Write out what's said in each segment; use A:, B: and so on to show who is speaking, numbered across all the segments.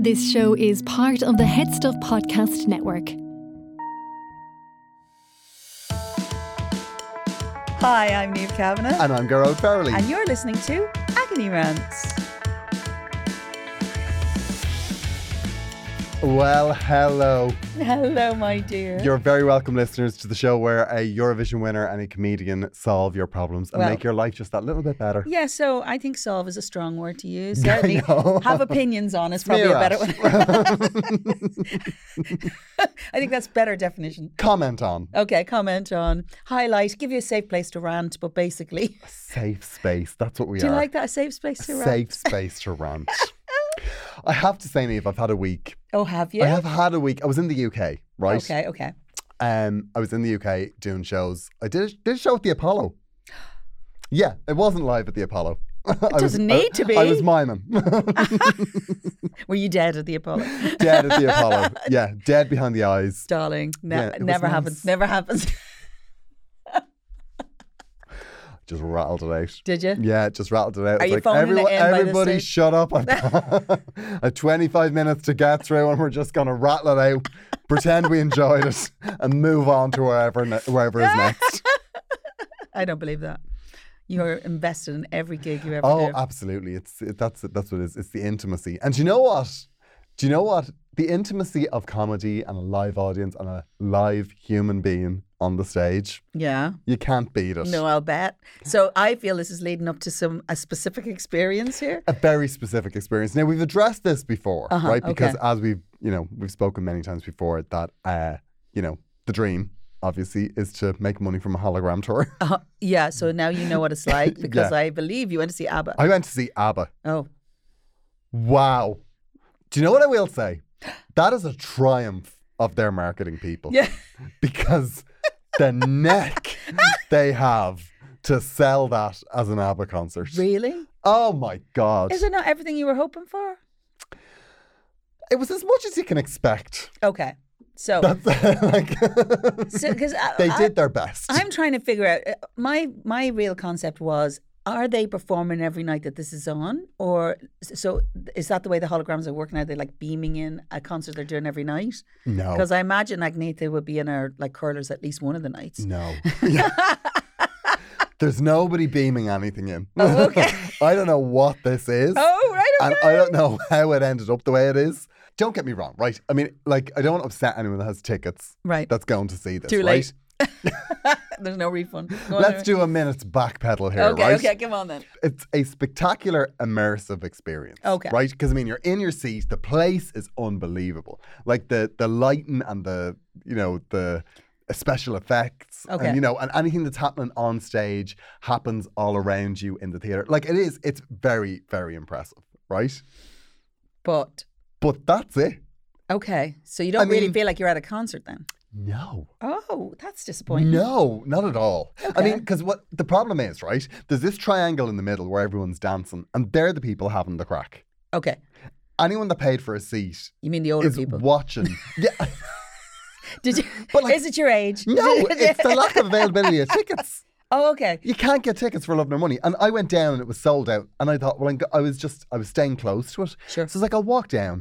A: This show is part of the Head Stuff Podcast Network.
B: Hi, I'm Neve Kavanagh,
C: And I'm Gerald Farrelly.
B: and you're listening to Agony Rants.
C: Well, hello.
B: Hello, my dear.
C: You're very welcome, listeners, to the show where a Eurovision winner and a comedian solve your problems and
B: Well-
C: make your life just that little bit better.
B: yeah, so I think solve is a strong word to use. Certainly,
C: know.
B: have opinions on is probably a
C: Smear
B: better one.
C: us.
B: I think that's better definition.
C: Comment on.
B: Okay, comment on, highlight, give you a safe place to rant, but basically,
C: Safe space. That's what we
B: do
C: are.
B: you like that? A safe space to rant?
C: Safe space to rant. I have to say, Neve, I've had a week.
B: Oh, have you?
C: I have had a week. I was in the UK, right?
B: Okay, okay.
C: Um, I was in the UK doing shows. I did a, did a show at the Apollo. Yeah, it wasn't live at the Apollo. It
B: doesn't need to
C: I
B: be.
C: was miming.
B: Were you dead at the Apollo?
C: dead at the Apollo. Yeah, dead behind the eyes.
B: Darling, ne-
C: Yeah, it was
B: never
C: nice.
B: happens, never happens.
C: Just rattled it out.
B: Did you?
C: Yeah, just rattled it out.
B: Are
C: It's
B: you
C: like,
B: phoning it in by this
C: everybody
B: stage?"
C: shut up. I've got a 25 minutes to get through and we're just going to rattle it out, pretend we enjoyed it and move on to wherever, ne- wherever is next.
B: I don't believe that. You're invested in every gig you ever
C: Oh,
B: do.
C: absolutely. It's it, that's it- that's what it is. It's the intimacy. And do you know what? Do you know what? The intimacy of comedy and a live audience and a live human being on the stage.
B: yeah.
C: You can't beat it.
B: No, I'll bet. So I feel this is leading up to some a specific experience here.
C: a very specific experience. Now we've addressed this before,
B: Uh-huh,
C: right? Because
B: okay.
C: as we've you know we've spoken many times before that uh, you know the dream obviously is to make money from a hologram tour.
B: Uh, yeah. So now you know what it's like because
C: Yeah.
B: I believe you went to see ABBA.
C: I went to see ABBA.
B: oh,
C: Wow. Do you know what I will say? That is a triumph of their marketing people.
B: yeah.
C: Because the neck they have to sell that as an ABBA concert.
B: Really?
C: Oh my god.
B: Is it not everything you were hoping for?
C: it was as much as you can expect.
B: Okay. So,
C: That's like
B: because
C: they did their best.
B: I'm trying to figure out uh, my my real concept was are they performing every night that this is on or so is that the way the holograms are working are they like beaming in a concert they're doing every night
C: No.
B: because i imagine agnetha would be in her like curlers at least one of the nights
C: No. Yeah. There's nobody beaming anything in. I don't know what this is.
B: oh right okay.
C: And I don't know how it ended up the way it is. Don't get me wrong, right? I mean, like, I don't want to upset anyone that has tickets
B: Right.
C: that's going to see this,
B: Too
C: right?
B: late. There's no refund. Go on
C: Let's
B: there.
C: do a minute's backpedal here,
B: Okay,
C: right?
B: okay, come on then.
C: It's a spectacular immersive experience.
B: Okay.
C: Right? Because I mean you're in your seat, the place is unbelievable. Like the the lighting and the you know, the uh, special effects
B: Okay.
C: and you know, and anything that's happening on stage happens all around you in the theater. Like it is, it's very, very impressive, right?
B: But
C: But that's it.
B: okay, so you don't
C: I
B: really
C: mean-
B: feel like you're at a concert then.
C: No.
B: Oh, that's disappointing.
C: No, not at all. I mean, because what the problem is, right? There's this triangle in the middle where everyone's dancing, and they're the people having the crack.
B: Okay,
C: Anyone that paid for a seat
B: you mean the older
C: is
B: people?
C: watching. yeah,
B: Did you?
C: But, like-
B: is it your age?
C: no, it's the lack of availability of tickets.
B: oh, okay.
C: You can't get tickets for love nor money. And I went down and it was sold out. And I thought, well, I'm, go- I was just, I was staying close to it.
B: Sure.
C: So it's like, I'll walk down.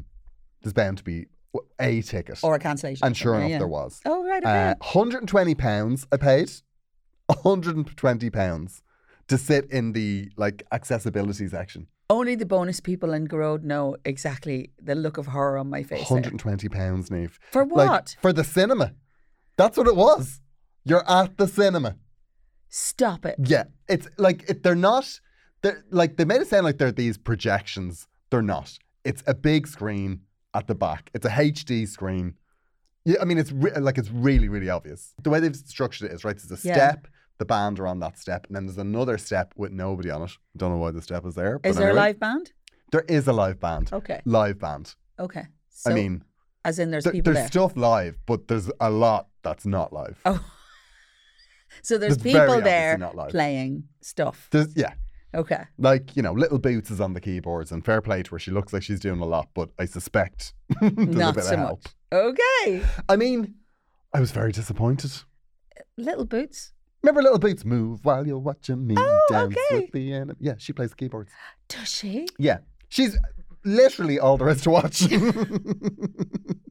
C: There's bound to be w- a ticket.
B: Or a cancellation.
C: and sure
B: Okay,
C: enough,
B: yeah.
C: there was.
B: Oh, right, okay.
C: Uh, 120 pounds I paid. 120 pounds to sit in the like accessibility section.
B: Only the bonus people in Garode know exactly the look of horror on my face. there.
C: 120 pounds, Neve.
B: For
C: Like,
B: what?
C: for the cinema. That's what it was. You're at the cinema.
B: Stop it.
C: Yeah, it's like it, they're not. They're like they made it sound like they're these projections. They're not. It's a big screen at the back. It's a HD screen. Yeah, I mean it's re- like it's really really obvious. The way they've structured it is right. There's a
B: Yeah.
C: step. The band are on that step, and then there's another step with nobody on it. Don't know why the step is there. but
B: Is there a
C: anyway.
B: live band?
C: There is a live band.
B: Okay.
C: Live band.
B: Okay. So,
C: I mean,
B: as in there's
C: there-
B: people there.
C: stuff live, but there's a lot that's not live.
B: Oh. so there's
C: It's very
B: people
C: obviously
B: there
C: not live.
B: playing stuff.
C: There's yeah.
B: Okay.
C: like you know, little boots is on the keyboards and fair play to her. She looks like she's doing a lot, but I suspect there's a
B: Not
C: bit
B: so
C: of help.
B: much. Okay.
C: I mean, I was very disappointed.
B: Little Boots.
C: Remember Little Boots move while you're watching me
B: Oh,
C: dance
B: okay.
C: with the enemy. Yeah, she plays the keyboards.
B: Does she?
C: Yeah. She's literally all there is to watch.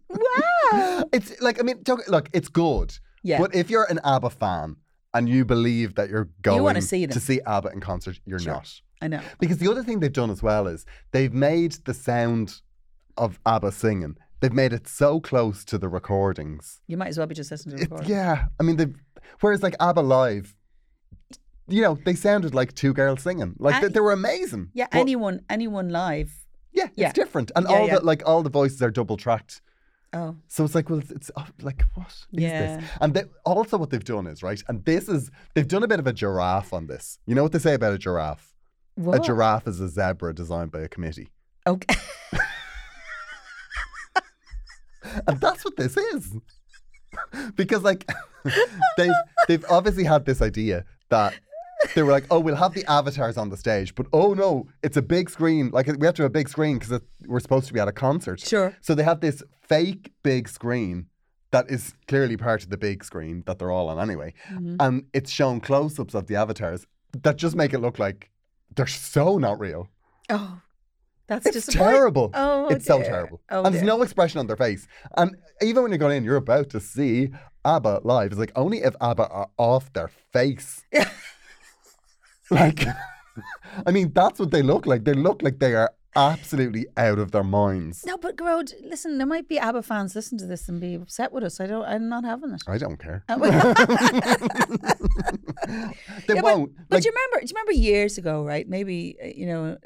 B: Wow.
C: it's like I mean, don't- look, it's good.
B: Yeah.
C: But if you're an ABBA fan and you believe that you're going
B: wanna see them.
C: to see ABBA in concert, you're
B: Sure.
C: not.
B: I know.
C: Because the other thing they've done as well is they've made the sound of ABBA singing. They've made it so close to the recordings.
B: You might as well be just listening to
C: It-
B: the recording.
C: yeah, I mean, they've, whereas like ABBA live, you know, they sounded like two girls singing. Like they,
B: And-
C: they were amazing.
B: Yeah,
C: but-
B: anyone, anyone live.
C: yeah,
B: yeah.
C: it's different, and
B: Yeah,
C: all
B: yeah.
C: the like all the voices are double tracked.
B: Oh,
C: So it's like, well, it's, it's oh, like, what is
B: Yeah.
C: this? And they, also, what they've done is right, and this is they've done a bit of a giraffe on this. You know what they say about a giraffe?
B: what?
C: A giraffe is a zebra designed by a committee.
B: Okay.
C: And that's what this is. because like they've they've obviously had this idea that they were like, oh, we'll have the avatars on the stage, but oh no, it's a big screen. Like we have to have a big screen because we're supposed to be at a concert.
B: Sure.
C: So they have this fake big screen that is clearly part of the big screen that they're all on anyway, and it's shown close-ups of the avatars that just make it look like they're so not real.
B: Oh, that's
C: It's
B: just
C: terrible.
B: Oh,
C: it's so
B: dear.
C: terrible.
B: Oh,
C: and there's
B: dear.
C: no expression on their face. And even when you're going in, you're about to see ABBA live. It's like only if ABBA are off their face. like, I mean, that's what they look like. They look like they are absolutely out of their minds.
B: No, but Grode, listen, there might be ABBA fans listen to this and be upset with us. I don't. I'm not having it.
C: I don't care.
B: Oh,
C: they
B: Yeah,
C: won't.
B: But, but
C: like,
B: do you remember? Do you remember years ago? Right? Maybe uh, you know.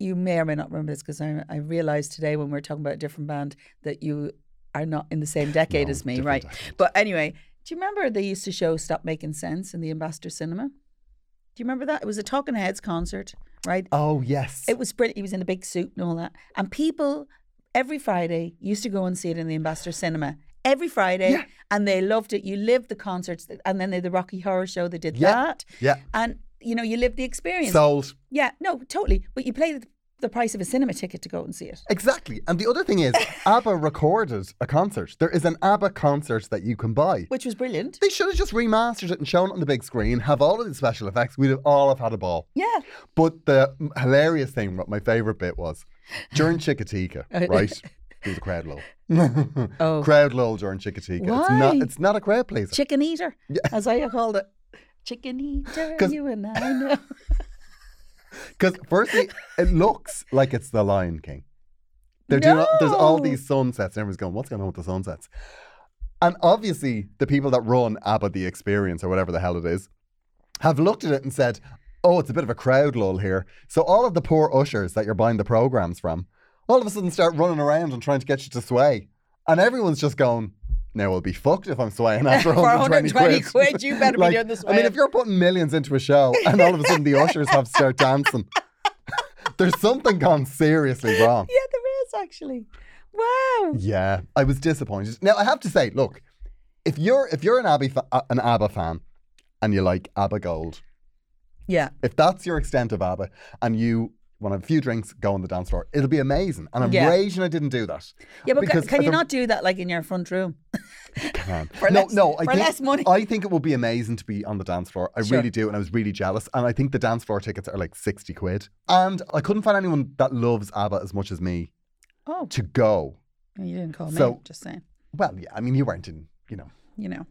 B: You may or may not remember this because I, I realized today when we were talking about a different band that you are not in the same decade
C: No,
B: as me, right?
C: different decade.
B: But anyway, do you remember they used to show "Stop Making Sense" in the Ambassador Cinema? Do you remember that? It was a Talking Heads concert, right?
C: oh, yes.
B: It was brilliant. He was in a big suit and all that. And people every Friday used to go and see it in the Ambassador Cinema every Friday,
C: Yeah.
B: and they loved it. You lived the concerts, and then they had the Rocky Horror Show. They did
C: Yeah.
B: that,
C: yeah.
B: and you know you lived the experience.
C: Sold.
B: yeah, no, totally. But you paid the price of a cinema ticket to go and see it.
C: Exactly. And the other thing is, ABBA recorded a concert. There is an ABBA concert that you can buy.
B: Which was brilliant.
C: They should have just remastered it and shown it on the big screen, have all of the special effects. We'd have all have had a ball.
B: Yeah.
C: But the hilarious thing, what my favourite bit was, during Chickateaga, right? There was a crowd lull.
B: Uh, Oh.
C: Crowd lull during Chickateaga. It's not
B: Why?
C: it's not a crowd pleaser.
B: Chicken eater, as I called it. Chicken eater,
C: 'Cause-
B: you and I know.
C: Because firstly, it looks like it's the Lion King. They're doing all- there's all
B: No.
C: these sunsets, and everyone's going, "What's going on with the sunsets?" And obviously, the people that run ABBA the Experience or whatever the hell it is have looked at it and said, "Oh, it's a bit of a crowd lull here." So all of the poor ushers that you're buying the programs from, all of a sudden start running around and trying to get you to sway, and everyone's just going. Now I'll be fucked if I'm swaying after
B: For
C: 120
B: 120 quid, you better be
C: Like,
B: doing the
C: I mean, if
B: swaying.
C: you're putting millions into a show and all of a sudden the ushers have to start dancing, there's something gone seriously wrong.
B: Yeah, there is actually. Wow.
C: Yeah, I was disappointed. Now I have to say, look, if you're if you're an ABBA fa- uh, an ABBA fan and you like ABBA Gold,
B: Yeah.
C: if that's your extent of ABBA, and you want to have a few drinks, go on the dance floor, it'll be amazing. And I'm
B: Yeah.
C: raging I didn't do that.
B: Yeah, but ca-
C: Because
B: can you
C: the-
B: not do that like in your front room?
C: can.
B: For
C: no,
B: less-
C: no, I
B: for
C: think,
B: less money.
C: I think it would be amazing to be on the dance floor. I
B: Sure.
C: really do, and I was really jealous. And I think the dance floor tickets are like sixty quid, and I couldn't find anyone that loves ABBA as much as me
B: Oh,
C: to go.
B: you didn't call me.
C: So-
B: Just saying,
C: Well, yeah, I mean, you weren't in, you know.
B: you know.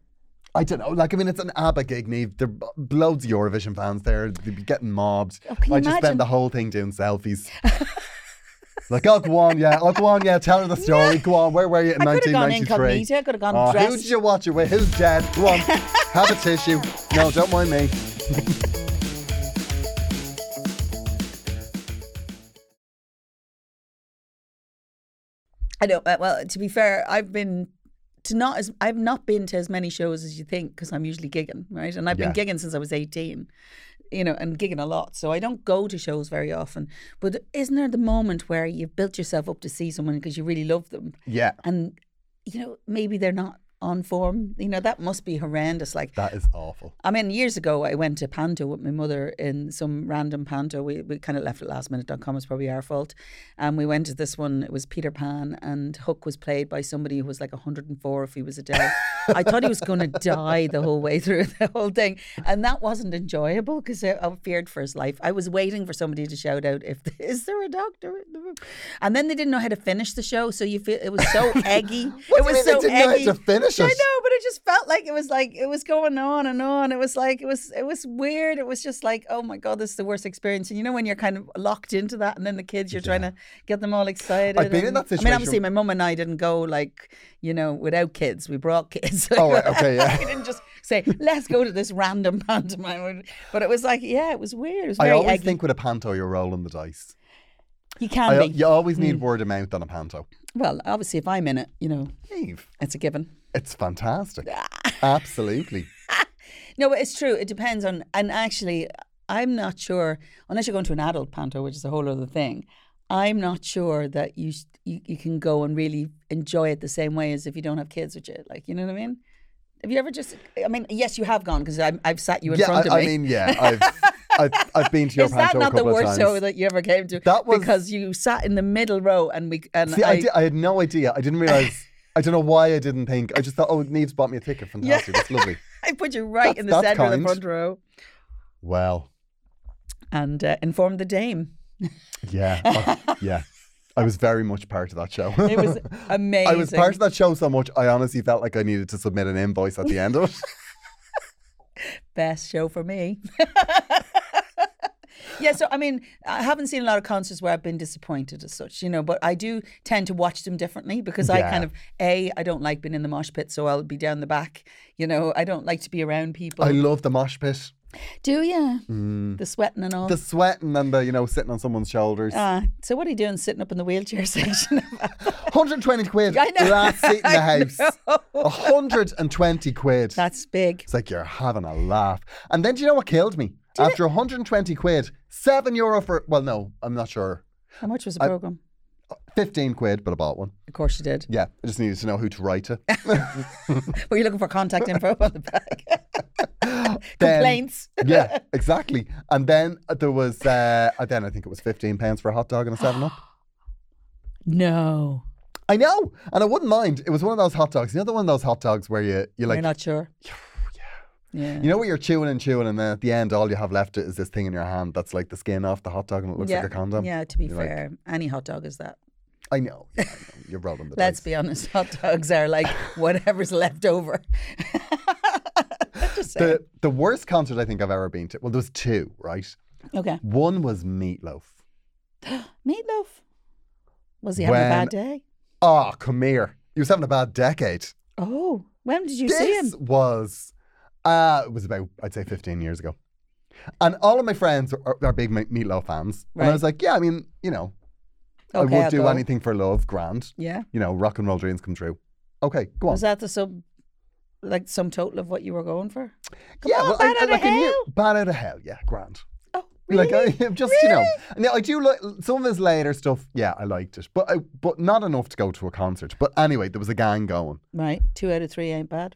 C: I don't know. Like, I mean, it's an ABBA gig, Neve. There are loads of Eurovision fans there. They'd be getting mobbed.
B: Oh, can you
C: I just
B: imagine?
C: spend the whole thing doing selfies. like, oh, go on, yeah. Oh, go on, yeah. Tell her the story. Go on. Where were you in
B: I could have gone
C: 1993?
B: incognito. I could have gone
C: Oh, who
B: dressed.
C: did you watch it with? Who's dead? Go on. Have a tissue. No, don't mind me.
B: I know. Uh, well, to be fair, I've been to not as I've not been to as many shows as you think because I'm usually gigging, right? And I've
C: Yeah.
B: been gigging since I was eighteen, you know, and gigging a lot. So I don't go to shows very often. But isn't there the moment where you've built yourself up to see someone because you really love them,
C: Yeah.
B: and you know maybe they're not on form? You know that must be horrendous. Like
C: That is awful.
B: I mean, years ago, I went to Panto with my mother in some random Panto. We, we kind of left it last minute.com. It's probably our fault. And we went to this one. It was Peter Pan, and Hook was played by somebody who was like 104 if he was a day. I thought he was going to die the whole way through the whole thing. And that wasn't enjoyable because I, I feared for his life. I was waiting for somebody to shout out, "If Is there a doctor in the room? And then they didn't know how to finish the show. So you feel it was so eggy.
C: What
B: it
C: do you
B: was
C: mean they
B: so
C: didn't know how
B: eggy.
C: to finish
B: I
C: it?
B: know, but it just felt like it was like it was going on and on. It was like it was it was weird. It was just like, oh my god, this is the worst experience. And you know when you're kind of locked into that, and then the kids, you're trying to get them all excited.
C: I've been in
B: and-
C: that
B: I mean,
C: situation.
B: obviously, my mum and I didn't go like you know without kids. We brought kids.
C: Oh, right, okay, yeah.
B: we didn't just say let's go to this random pantomime. But it was like, yeah, it was weird. It was
C: I
B: very
C: always
B: eggy.
C: think with a panto, you're rolling the dice.
B: you can
C: I,
B: be.
C: you always
B: Mm.
C: need word of mouth on a panto.
B: Well, obviously, if I'm in it, you know,
C: Neve,
B: it's a given.
C: it's fantastic.
B: Ah.
C: Absolutely.
B: No, but it's true. It depends on, and actually, I'm not sure unless you're going to an adult panto, which is a whole other thing. I'm not sure that you s- you, you can go and really enjoy it the same way as if you don't have kids with you. Like, you know what I mean? Have you ever just? I mean, yes, you have gone because I've sat you in
C: yeah,
B: front of
C: I,
B: me.
C: I mean, yeah, I've, I've, I've been to your
B: is that
C: panto a
B: not the
C: couple of
B: worst
C: times.
B: show that you ever came to?
C: That was-
B: because you sat in the middle row and we and
C: See, I,
B: I,
C: di- I had no idea. I didn't realize. I don't know why I didn't think. I just thought, oh, Neve's bought me a ticket. Fantastic. That's lovely.
B: I put you right in the
C: That's- that's
B: center of the
C: kind.
B: front row
C: Well,
B: and uh, informed the dame.
C: yeah, I- yeah. I was very much part of that show.
B: It was amazing.
C: I was part of that show so much. I honestly felt like I needed to submit an invoice at the end of it.
B: best show for me. yeah, so I mean, I haven't seen a lot of concerts where I've been disappointed as such, you know, but I do tend to watch them differently because I kind
C: Yeah.
B: of A, I don't like being in the mosh pit, so I'll be down the back. You know, I don't like to be around people.
C: I love the mosh pit,
B: do you? The sweating and all.
C: the sweating, and the you know sitting on someone's shoulders.
B: Ah, so what are you doing sitting up in the wheelchair section?
C: 120 quid.
B: I know.
C: Last seat in the
B: I
C: house.
B: know.
C: 120 quid.
B: That's big.
C: It's like you're having a laugh. And then do you know what killed me? After 120 quid, seven euro for well, no, I'm not sure.
B: How much was the program?
C: 15 quid, but I bought one.
B: Of course you did.
C: Yeah, I just needed to know who to write to.
B: Were you looking for contact info on the back?
C: Then-
B: Complaints.
C: yeah, exactly. And then there was, uh, then I think it was 15 pounds for a hot dog and a 7 Up.
B: No.
C: I know. And I wouldn't mind. It was one of those hot dogs. You know, the one of those hot dogs where you, you
B: You're
C: like,
B: not sure? Yeah.
C: you know, where you're chewing and chewing, and then at the end, all you have left is this thing in your hand that's like the skin off the hot dog and it looks like a condom.
B: Yeah, to be
C: You're like,
B: fair, any hot dog is that.
C: I know. yeah, I know. You're rolling the
B: Let's
C: dice.
B: be honest, hot dogs are like whatever's left over. Just saying.
C: the, the worst concert I think I've ever been to, well, there was two, right?
B: okay,
C: One was Meatloaf.
B: meatloaf. Was he having a bad day?
C: Oh, come here. He was having a bad decade.
B: Oh, when did you see
C: this
B: him?
C: was uh it was about I'd say 15 years ago. And all of my friends are, are big Me- Meatloaf fans. And
B: Right.
C: I was like, yeah, I mean, you know, I
B: Okay,
C: would
B: I'll
C: do
B: go.
C: anything for love, grand.
B: Yeah.
C: You know, rock and roll dreams come true. Okay, go on.
B: Was that the sub, like sum total of what you were going for? Come
C: yeah,
B: on,
C: well,
B: Bat
C: I, I,
B: Outta
C: like, I knew-
B: Hell.
C: Bat out of hell, yeah, grand.
B: Oh, really?
C: Like I just you know, now I do like some of his later stuff. Yeah, I liked it, but I, but not enough to go to a concert. But anyway, there was a gang going.
B: right, two out of three ain't bad.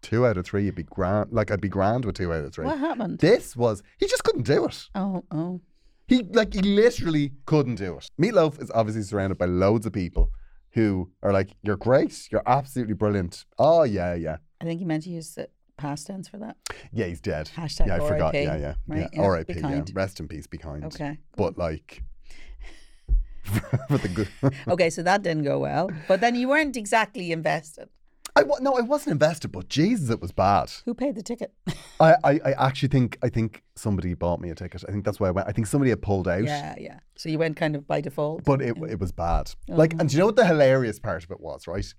C: Two out of three, you'd be grand. Like I'd be grand with two out of three.
B: What happened?
C: This was he just couldn't do it.
B: oh, oh,
C: He like he literally couldn't do it. Meatloaf is obviously surrounded by loads of people who are like, "You're great. You're absolutely brilliant." Oh yeah, yeah,
B: I think you meant to use the past tense for that.
C: yeah. He's dead.
B: Hashtag
C: yeah, I forgot.
B: RIP,
C: Yeah, yeah,
B: right?
C: yeah.
B: Yeah,
C: R.I.P.
B: be
C: Yeah.
B: kind.
C: Rest in peace. Be kind.
B: Okay.
C: But like, for the good.
B: Okay, so that didn't go well. But then you weren't exactly invested.
C: I wa- no, I wasn't invested, but Jesus, it was bad.
B: Who paid the ticket?
C: I, I, I actually think I think somebody bought me a ticket. I think that's why I went. I think somebody had pulled out.
B: yeah, yeah. So you went kind of by default.
C: But it, it was bad.
B: Oh,
C: Like, and do you know what the hilarious part of it was, right?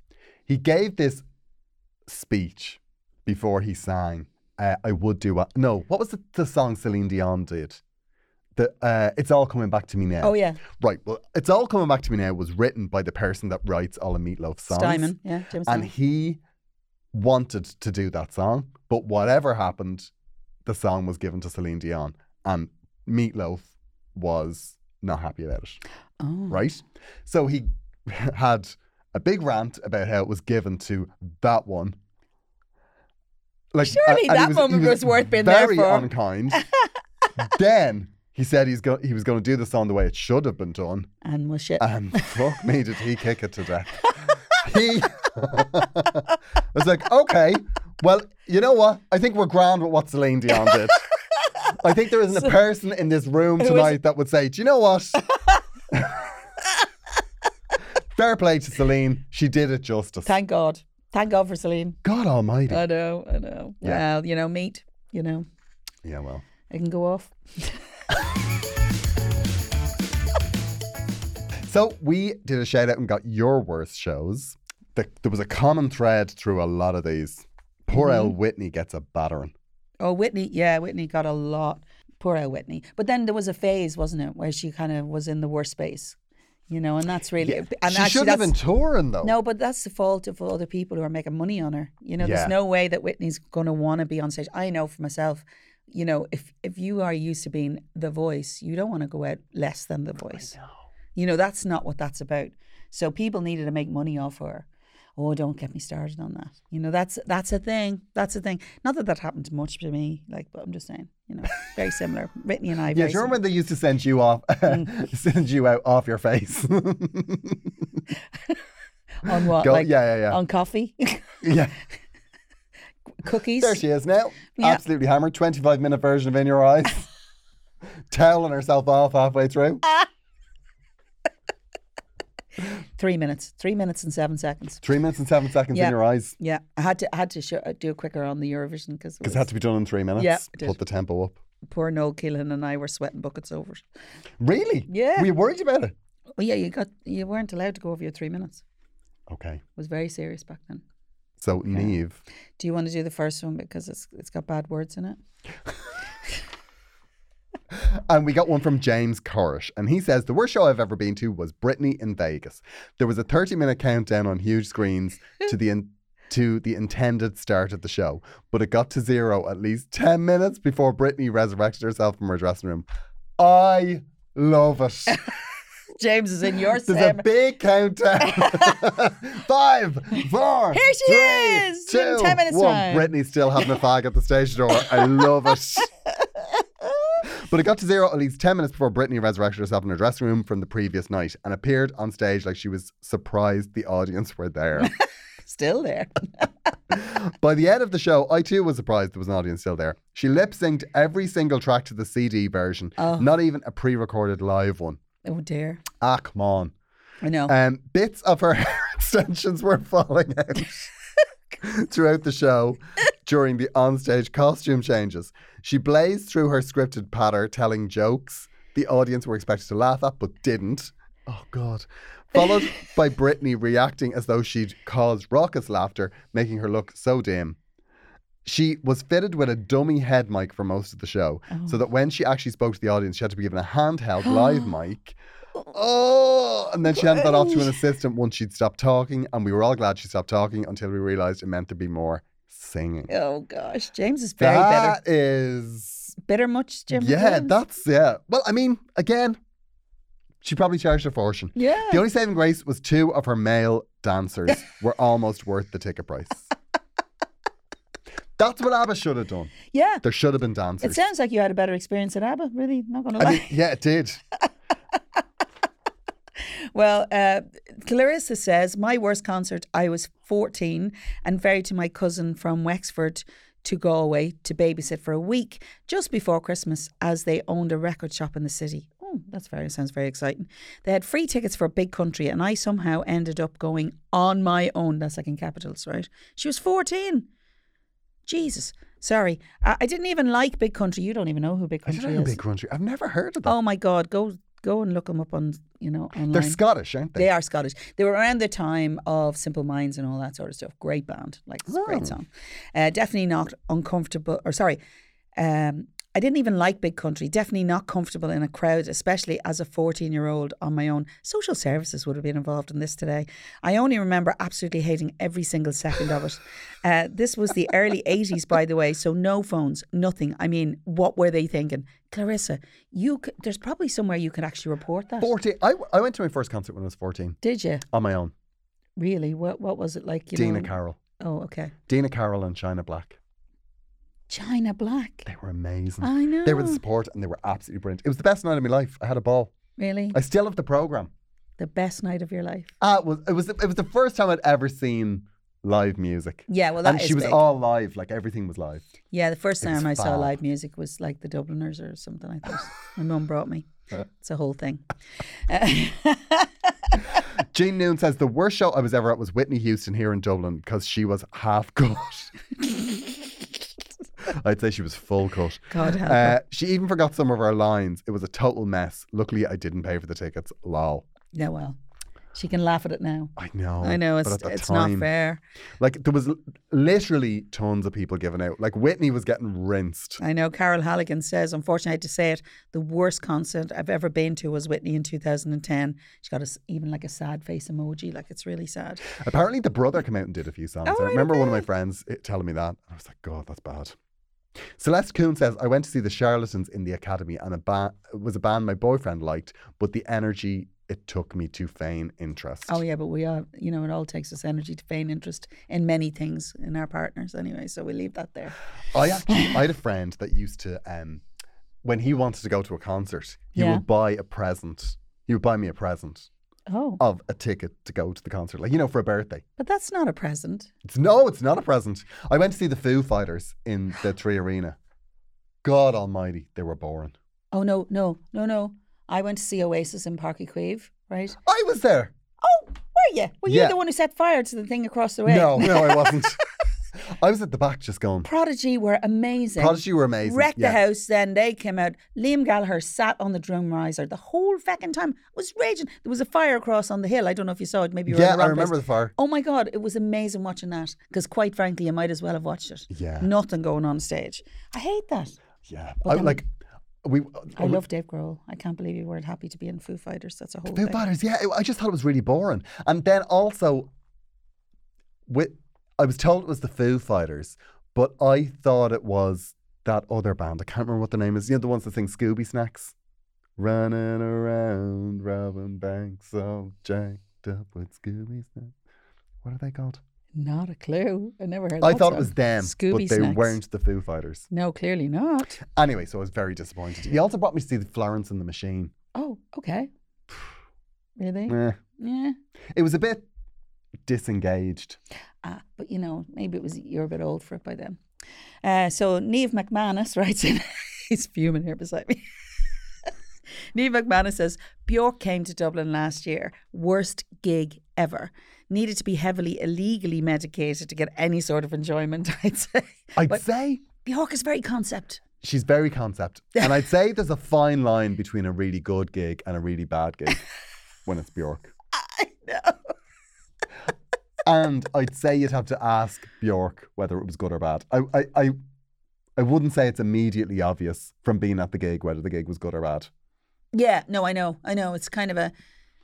C: He gave this speech before he sang, uh, I would do what. No, what was the, the song Celine Dion did? The, uh, it's All Coming Back to Me Now.
B: Oh, yeah.
C: Right. Well, It's All Coming Back to Me Now was written by the person that writes all of Meatloaf's songs.
B: Steinman, yeah, James
C: And
B: Steinman.
C: he wanted to do that song, but whatever happened, the song was given to Celine Dion. And Meatloaf was not happy about it
B: Oh.
C: right? So he had a big rant about how it was given to that one. Like,
B: Surely
C: and
B: that
C: he
B: one
C: he
B: was worth being there
C: Very
B: for.
C: unkind. then he said he's go- he was going to do the song the way it should have been done,
B: And was shit.
C: and Um, fuck me, did he kick it to death? he I was like, okay, well, you know what? I think we're grand with what Celine Dion did. I think there isn't a person in this room tonight that would say, do you know what? Fair play to Celine. She did it justice.
B: Thank Uh, God. Thank God for Celine.
C: God Almighty.
B: I know, I know.
C: Yeah.
B: Well, you know, meat, you know,
C: yeah, well.
B: it can go off.
C: So we did a shout out and got your worst shows. The, there was a common thread through a lot of these. Poor old Whitney gets a battering.
B: Oh, Whitney. Yeah, Whitney got a lot. Poor old Whitney. But then there was a phase, wasn't it, where she kind of was in the worst space, you know, and that's really. And
C: she
B: actually
C: shouldn't have
B: that's-
C: been touring though.
B: No, but that's the fault of other people who are making money on her. You know,
C: Yeah.
B: there's no way that Whitney's going to want to be on stage. I know for myself, you know, if if you are used to being the voice, you don't want to go out less than the voice. You know, that's not what that's about. So people needed to make money off her. Oh, don't get me started on that. You know, that's that's a thing. That's a thing. Not that that happened much to me, like, but I'm just saying, you know, very similar. Whitney and I.
C: Yeah,
B: very Mm.
C: do you remember
B: similar.
C: when they used to send you off, send you out off your face?
B: on what?
C: Go-
B: like,
C: yeah, yeah, yeah.
B: On coffee,
C: yeah,
B: cookies.
C: there she is now,
B: Yeah.
C: absolutely hammered. Twenty-five minute version of In Your Eyes, toweling herself off halfway through.
B: Uh, Three minutes. Three minutes and seven seconds.
C: Three minutes and seven seconds
B: Yeah.
C: in your eyes
B: Yeah, I had to I had to show, do it quicker on the Eurovision because
C: because it had to be done in three minutes.
B: Yeah, it did.
C: put the tempo up.
B: poor Noel Keelan and I were sweating buckets over. it.
C: Really?
B: Yeah.
C: Were you worried about it?
B: Oh yeah, you got you weren't allowed to go over your three minutes.
C: Okay.
B: It was very serious back then.
C: So Neve,
B: Do you want to do the first one because it's it's got bad words in it?
C: And Um, we got one from James Corish, and he says the worst show I've ever been to was Britney in Vegas. There was a 30-minute countdown on huge screens to the in- to the intended start of the show, but it got to zero at least 10 minutes before Britney resurrected herself from her dressing room. I love it.
B: James is in your
C: There's a
B: same.
C: big countdown. Five, four,
B: Here she
C: three,
B: is!
C: two,
B: In 10 minutes
C: one.
B: time.
C: Britney's still having a fag at the stage door. I love it. But it got to zero at least 10 minutes before Britney resurrected herself in her dressing room from the previous night and appeared on stage like she was surprised the audience were there.
B: Still there.
C: By the end of the show, I too was surprised there was an audience still there. She lip synced every single track to the CD version, not even a pre recorded live one.
B: Oh dear.
C: Ah, come on.
B: I know.
C: Um, bits of her hair extensions were falling out throughout the show during the onstage costume changes. She blazed through her scripted patter, telling jokes the audience were expected to laugh at but didn't. Oh, God. Followed by Britney reacting as though she'd caused raucous laughter, making her look so dim. She was fitted with a dummy head mic for most of the show, so that when she actually spoke to the audience, she had to be given a handheld live mic. Oh, and then she handed that off to an assistant once she'd stopped talking, and we were all glad she stopped talking until we realised it meant there'd be more singing.
B: oh gosh, James is very bitter.
C: That is,
B: Bitter much, Jim?
C: yeah,
B: James?
C: that's yeah. Well, I mean, again, she probably charged a fortune.
B: yeah.
C: The only saving grace was two of her male dancers were almost worth the ticket price. That's what ABBA should have done.
B: yeah.
C: There should have been
B: It
C: dancers.
B: sounds like you had a better experience at ABBA. Really, not gonna lie.
C: I mean, yeah, it did.
B: Well, uh, Clarissa says, My worst concert, I was 14 and ferried to my cousin from Wexford to Galway to babysit for a week just before Christmas as they owned a record shop in the city. Oh, oh, that's very sounds very exciting. They had free tickets for Big Country, and I somehow ended up going on my own. That's like in capitals, right? She was fourteen. Jesus, sorry, I, I didn't even like Big Country. You don't even know who Big
C: I don't
B: Country
C: know
B: is.
C: Big Country. I've never heard of them.
B: oh my God, go go and look them up on you know online.
C: They're Scottish, aren't they?
B: They are Scottish. They were around the time of Simple Minds and all that sort of stuff. Great band, like it's a
C: Oh.
B: great song. Uh, definitely not uncomfortable, or sorry, um, I didn't even like Big Country. Definitely not comfortable in a crowd, especially as a fourteen-year-old on my own. Social services would have been involved in this today. I only remember absolutely hating every single second of it. Uh, this was the early '80s, by the way, so no phones, nothing. I mean, what were they thinking, Clarissa? You, c- there's probably somewhere you could actually report that.
C: 14. I, I went to my first concert when I was 14
B: Did you?
C: on my own.
B: Really? What what was it like? You
C: Dina
B: know?
C: Carroll.
B: Oh, okay.
C: Dina Carroll and China Black.
B: China Black.
C: They were amazing.
B: I know.
C: They were the support and they were absolutely brilliant. It was the best night of my life. I had a ball.
B: Really?
C: I still have the program.
B: The best night of your life.
C: Ah, it was it was it was the first time I'd ever seen live music.
B: Yeah, well, that
C: and
B: is
C: she was
B: big.
C: all live, like everything was live.
B: Yeah, the first
C: It was
B: time I saw
C: fab.
B: live music was like the Dubliners or something like that. My mum brought me.
C: Uh.
B: It's a whole thing.
C: Jane Noon says the worst show I was ever at was Whitney Houston here in Dublin because she was half cut. I'd say she was full cut.
B: God help
C: Uh,
B: her.
C: she even forgot some of her lines. It was a total mess. Luckily, I didn't pay for the tickets. Lol.
B: Yeah, well, she can laugh at it now.
C: I know.
B: I know
C: but
B: it's
C: at the
B: it's
C: time-
B: not fair.
C: Like there was l- literally tons of people giving out. Like Whitney was getting rinsed.
B: I know. Carol Halligan says, unfortunately, I had to say it. The worst concert I've ever been to was Whitney in 2010. She got us even like a sad face emoji. Like it's really sad.
C: Apparently, the brother came out and did a few songs.
B: Oh,
C: I
B: right,
C: remember one of my
B: okay.
C: friends eh, telling me that. I was like, God, that's bad. Celeste Kuhn says, I went to see the Charlatans in the Academy, and a ba- it was a band my boyfriend liked, but the energy it took me to feign interest.
B: Oh yeah, but we are. You know, it all takes us energy to feign interest in many things in our partners, anyway. So we leave that there.
C: I actually, I had a friend that used to, um, when he wanted to go to a concert, he
B: Yeah.
C: would buy a present. He would buy me a present
B: Oh,
C: of a ticket to go to the concert, like you know, for a birthday.
B: but that's not a present.
C: It's no, it's not a present. I went to see the Foo Fighters in the Three Arena. God Almighty, they were boring.
B: Oh no, no, no, no. I went to see Oasis in Parky Queeve, right?
C: I was there.
B: Oh, were you? Were
C: Yeah.
B: you the one who set fire to the thing across the way?
C: No, no, I wasn't. I was at the back just going.
B: Prodigy were amazing.
C: Prodigy were amazing.
B: Wrecked
C: yeah.
B: the house. Then they came out. Liam Gallagher sat on the drum riser the whole feckin' time. It was raging. There was a fire across on the hill. I don't know if you saw it. Maybe you were in
C: Yeah,
B: the wrong
C: I remember
B: place.
C: the fire.
B: Oh my God, it was amazing watching that because, quite frankly, you might as well have watched it.
C: Yeah.
B: Nothing going on stage. I hate that.
C: Yeah,
B: But
C: I
B: then-
C: like we.
B: I love Dave Grohl. I can't believe you weren't happy to be in Foo Fighters. That's a whole
C: Foo
B: thing.
C: Fighters. Yeah, it- I just thought it was really boring. And then also, with I was told it was the Foo Fighters, but I thought it was that other band. I can't remember what the name is. You know the ones that sing Scooby Snacks, running around, robbing banks, all jacked up with Scooby Snacks. What are they called?
B: Not a clue. I never heard.
C: I
B: that
C: thought it
B: song.
C: was them,
B: Scooby
C: but they
B: Snacks.
C: weren't the Foo Fighters.
B: No, clearly not.
C: Anyway, so I was very disappointed. He also brought me to see the Florence and the Machine.
B: Oh, okay. Really?
C: Eh,
B: Yeah.
C: it was a bit disengaged.
B: Ah, but you know, maybe it was you're a bit old for it by then. Uh, so Neve McManus writes in, he's fuming here beside me. Neve McManus says Bjork came to Dublin last year, worst gig ever. Needed to be heavily illegally medicated to get any sort of enjoyment. I'd say
C: I'd
B: But
C: say
B: Bjork is very concept.
C: she's very concept, and I'd say there's a fine line between a really good gig and a really bad gig when it's Bjork. I know. and I'd say you'd have to ask Bjork whether it was good or bad. I, I, I, I wouldn't say it's immediately obvious from being at the gig whether the gig was good or bad.
B: Yeah, no, I know, I know. It's kind of a,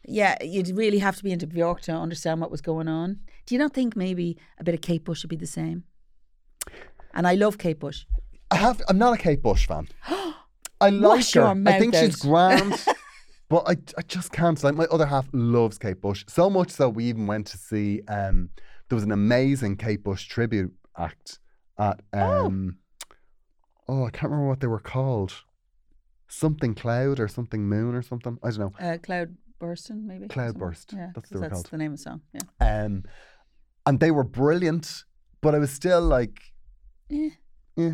B: yeah, you'd really have to be into Bjork to understand what was going on. Do you not think maybe a bit of Kate Bush would be the same? And I love Kate Bush.
C: I have. I'm not a Kate Bush fan. I like
B: Wash
C: her.
B: your
C: I think
B: mouth
C: she's
B: out.
C: grand, but I, I just can't. Like my other half loves Kate Bush so much so we even went to see. Um, there was an amazing Kate Bush tribute act at. Um, oh. I can't remember what they were called. Something cloud or something moon or something. I don't know.
B: Uh, Cloud Burston, maybe.
C: Cloud
B: Something.
C: Burst.
B: Yeah,
C: That's what
B: 'cause
C: they were
B: that's
C: called.
B: the name of the song. Yeah.
C: Um, and they were brilliant, but I was still like,
B: Yeah.
C: eh.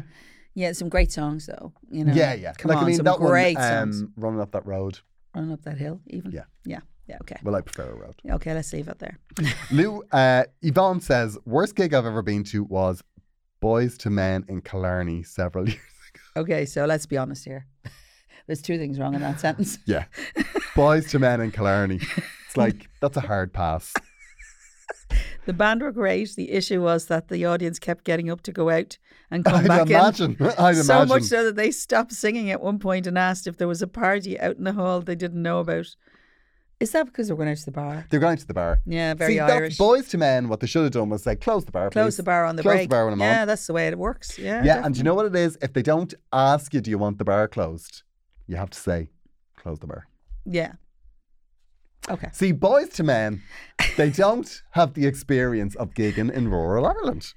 B: Yeah, some great songs though. You know.
C: yeah, yeah.
B: Come
C: like,
B: on,
C: I mean,
B: some
C: that
B: great
C: one,
B: songs.
C: um, running up that road.
B: Run up that hill, even.
C: Yeah.
B: Yeah. Yeah. Okay.
C: Well, I prefer a road.
B: Okay. Let's leave it there.
C: Lou, uh, Yvonne says, worst gig I've ever been to was Boys to Men in Killarney several years.
B: Okay. So let's be honest here. There's two things wrong in that sentence.
C: Yeah. Boys to Men in Killarney. It's like, that's a hard pass.
B: The band were great. The issue was that the audience kept getting up to go out and come
C: I'd
B: back
C: imagine.
B: in.
C: I'd
B: so
C: imagine.
B: much so that they stopped singing at one point and asked if there was a party out in the hall they didn't know about. Is that because they were going out to the bar?
C: They're going to the bar.
B: Yeah, very
C: See,
B: Irish.
C: That's boys to men, what they should have done was say, close the bar.
B: Close
C: please.
B: the bar on the
C: Close
B: break.
C: the bar when I'm
B: yeah,
C: on.
B: that's the way it works. Yeah.
C: yeah, and do you know what it is? If they don't ask you, do you want the bar closed? You have to say, close the bar.
B: def- yeah. Okay.
C: See, boys to men, they don't have the experience of gigging in rural Ireland.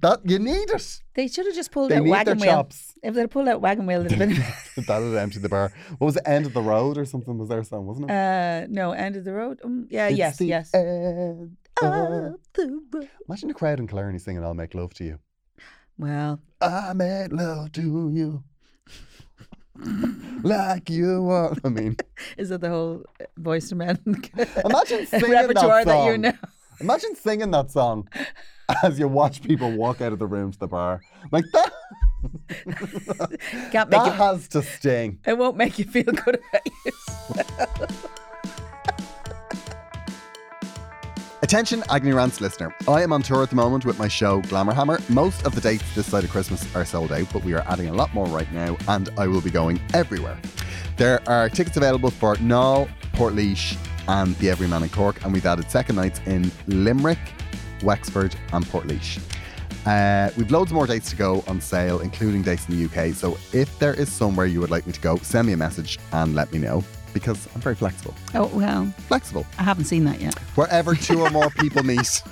C: That you need it.
B: They should have just pulled
C: They
B: out
C: need their
B: wagon wheel.
C: chops.
B: If they'd pulled out wagon wheel, it'd have been
C: That'd empty the bar. What was it? End of the road or something was their song, wasn't it?
B: uh, no end of the road. Um, yeah,
C: It's
B: yes,
C: the
B: yes.
C: end of-
B: Up the road.
C: Imagine the crowd in Killarney singing "I'll Make Love to You."
B: Well,
C: I make love to you, like you are. I mean,
B: is it the whole uh, voice to men
C: imagine singing
B: repertoire
C: that,
B: that you
C: song.
B: know?
C: Imagine singing that song as you watch people walk out of the room to the bar. Like that,
B: Can't make
C: that
B: it.
C: has to sting.
B: It won't make you feel good about yourself.
C: Attention, Agony Rants listener. I am on tour at the moment with my show Glamour Hammer. Most of the dates this side of Christmas are sold out, but we are adding a lot more right now, and I will be going everywhere. There are tickets available for Knoll, Portleash, and the Everyman in Cork, and we've added second nights in Limerick, Wexford, and Portleash. Uh, we've loads more dates to go on sale, including dates in the UK. So if there is somewhere you would like me to go, send me a message and let me know because I'm very flexible.
B: Oh well,
C: Flexible
B: I haven't seen that yet.
C: wherever two or more people meet.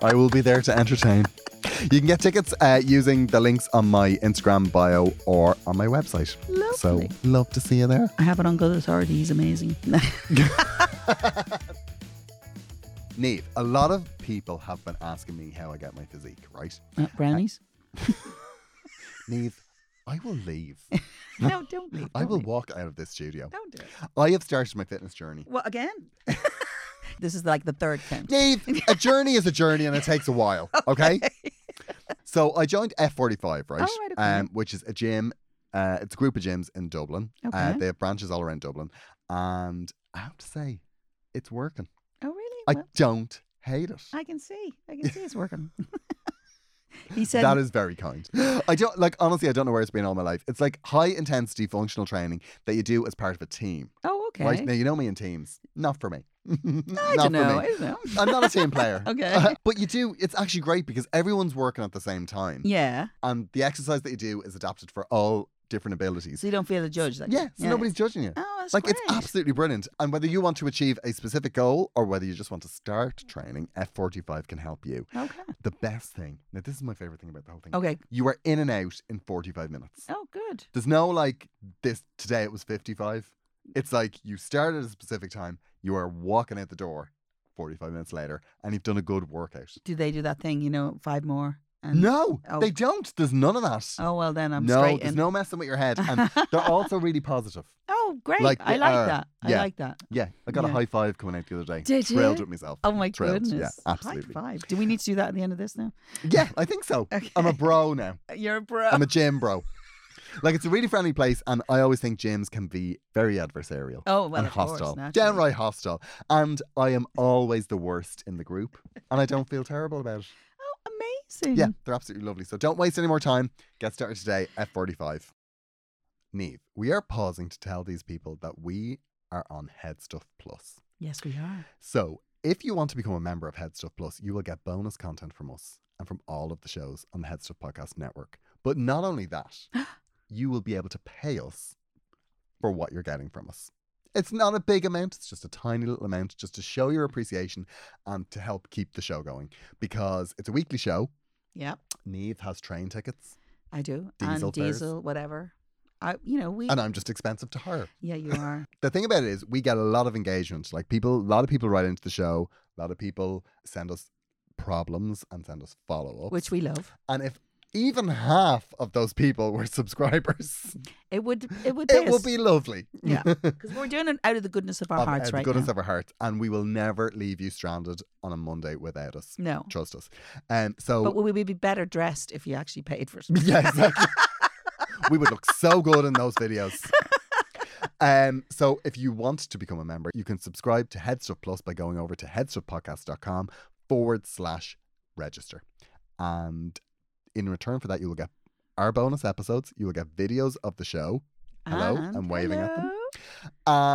C: I will be there to entertain. You can get tickets uh, using the links on my Instagram bio or on my website. So,
B: Lovely.
C: love to see you there.
B: I have it on good authority. He's amazing.
C: Neve, a lot of people have been asking me how I get my physique, right?
B: Uh, brownies?
C: Neve, I will leave.
B: no, don't leave.
C: I will walk out of this studio.
B: Don't do it.
C: I have started my fitness journey.
B: What again? this is like the third count.
C: Dave, a journey is a journey and it takes a while, okay? so I joined F45, right?
B: Oh, right, okay.
C: um, which is a gym. Uh, it's a group of gyms in Dublin. Uh,
B: Okay.
C: they have branches all around Dublin. And I have to say, it's working.
B: Oh really?
C: I
B: Well,
C: don't hate it.
B: I can see. I can see it's working. he said
C: That is very kind. I don't like honestly. I don't know where it's been all my life. It's like high intensity functional training that you do as part of a team.
B: Oh, okay.
C: Right now, you know me in teams. Not for me.
B: I
C: Not
B: don't know.
C: for
B: I
C: me.
B: don't know.
C: I'm not a team player. Uh,
B: Okay.
C: but you do, it's actually great because everyone's working at the same time.
B: Yeah.
C: And the exercise that you do is adapted for all different abilities.
B: So you don't feel the judge like
C: yeah, so nobody's judging you.
B: Oh, that's
C: like, it's
B: great.
C: absolutely brilliant. And whether you want to achieve a specific goal or whether you just want to start training, F45 can help you.
B: Okay.
C: The best thing, now, this is my favorite thing about the whole thing.
B: Okay.
C: You are in and out in 45 minutes.
B: Oh, good.
C: There's no like this today it was 55. It's like you start at a specific time, you are walking out the door 45 minutes later, and you've done a good workout.
B: Do they do that thing? You know, five more. And
C: No,
B: Oh.
C: they don't. There's none of that.
B: Oh well, then I'm
C: no,
B: straight
C: there's
B: in.
C: no messing with your head. And they're also really positive.
B: oh, great!
C: like
B: I
C: they
B: like
C: are.
B: that. I
C: Yeah.
B: like that.
C: Yeah, I got a
B: Yeah.
C: high five coming out the other day.
B: Did
C: Thrilled
B: you?
C: with myself.
B: Oh my
C: Thrilled.
B: goodness!
C: Yeah, absolutely.
B: High five. Do we need to do that at the end of this now?
C: Yeah, I think so. I'm a bro now.
B: Uh, You're a bro.
C: I'm a gym bro. Like it's a really friendly place, and I always think gyms can be very adversarial.
B: Oh, well,
C: and
B: of course,
C: hostile,
B: naturally.
C: downright hostile. And I am always the worst in the group, and I don't feel terrible about it.
B: oh, amazing.
C: Yeah, they're absolutely lovely. So don't waste any more time. Get started today at 45. Neve, we are pausing to tell these people that we are on Headstuff Plus.
B: Yes, we are.
C: So if you want to become a member of Headstuff Plus, you will get bonus content from us and from all of the shows on the Headstuff Podcast Network. But not only that, you will be able to pay us for what you're getting from us. It's not a big amount, it's just a tiny little amount just to show your appreciation and to help keep the show going because it's a weekly show.
B: Yep,
C: Neve has train tickets,
B: I do.
C: Diesel
B: and
C: fares.
B: diesel, whatever. I, you know, we.
C: and uh, I'm just expensive to her.
B: Yeah, you are.
C: The thing about it is, we get a lot of engagement. Like people, a lot of people write into the show. A lot of people send us problems and send us follow up.
B: Which we love.
C: and if even half of those people were subscribers,
D: It would. It would.
C: it
D: piss.
C: will be lovely.
D: Yeah, because we're doing it out of the goodness of our
C: Of-
D: hearts
C: uh, the
D: right
C: goodness
D: now.
C: of our hearts, and we will never leave you stranded on a Monday without us.
D: No.
C: trust us. Um, so
D: But would we be better dressed if you actually paid for it?
C: Yeah, exactly. we would look so good in those videos. Um, so if you want to become a member, you can subscribe to Headstuff Plus by going over to headstuffpodcast.com forward slash register. And in return for that, you will get our bonus episodes, you will get videos of the show. Hello,
D: And
C: I'm waving at them.
D: hello.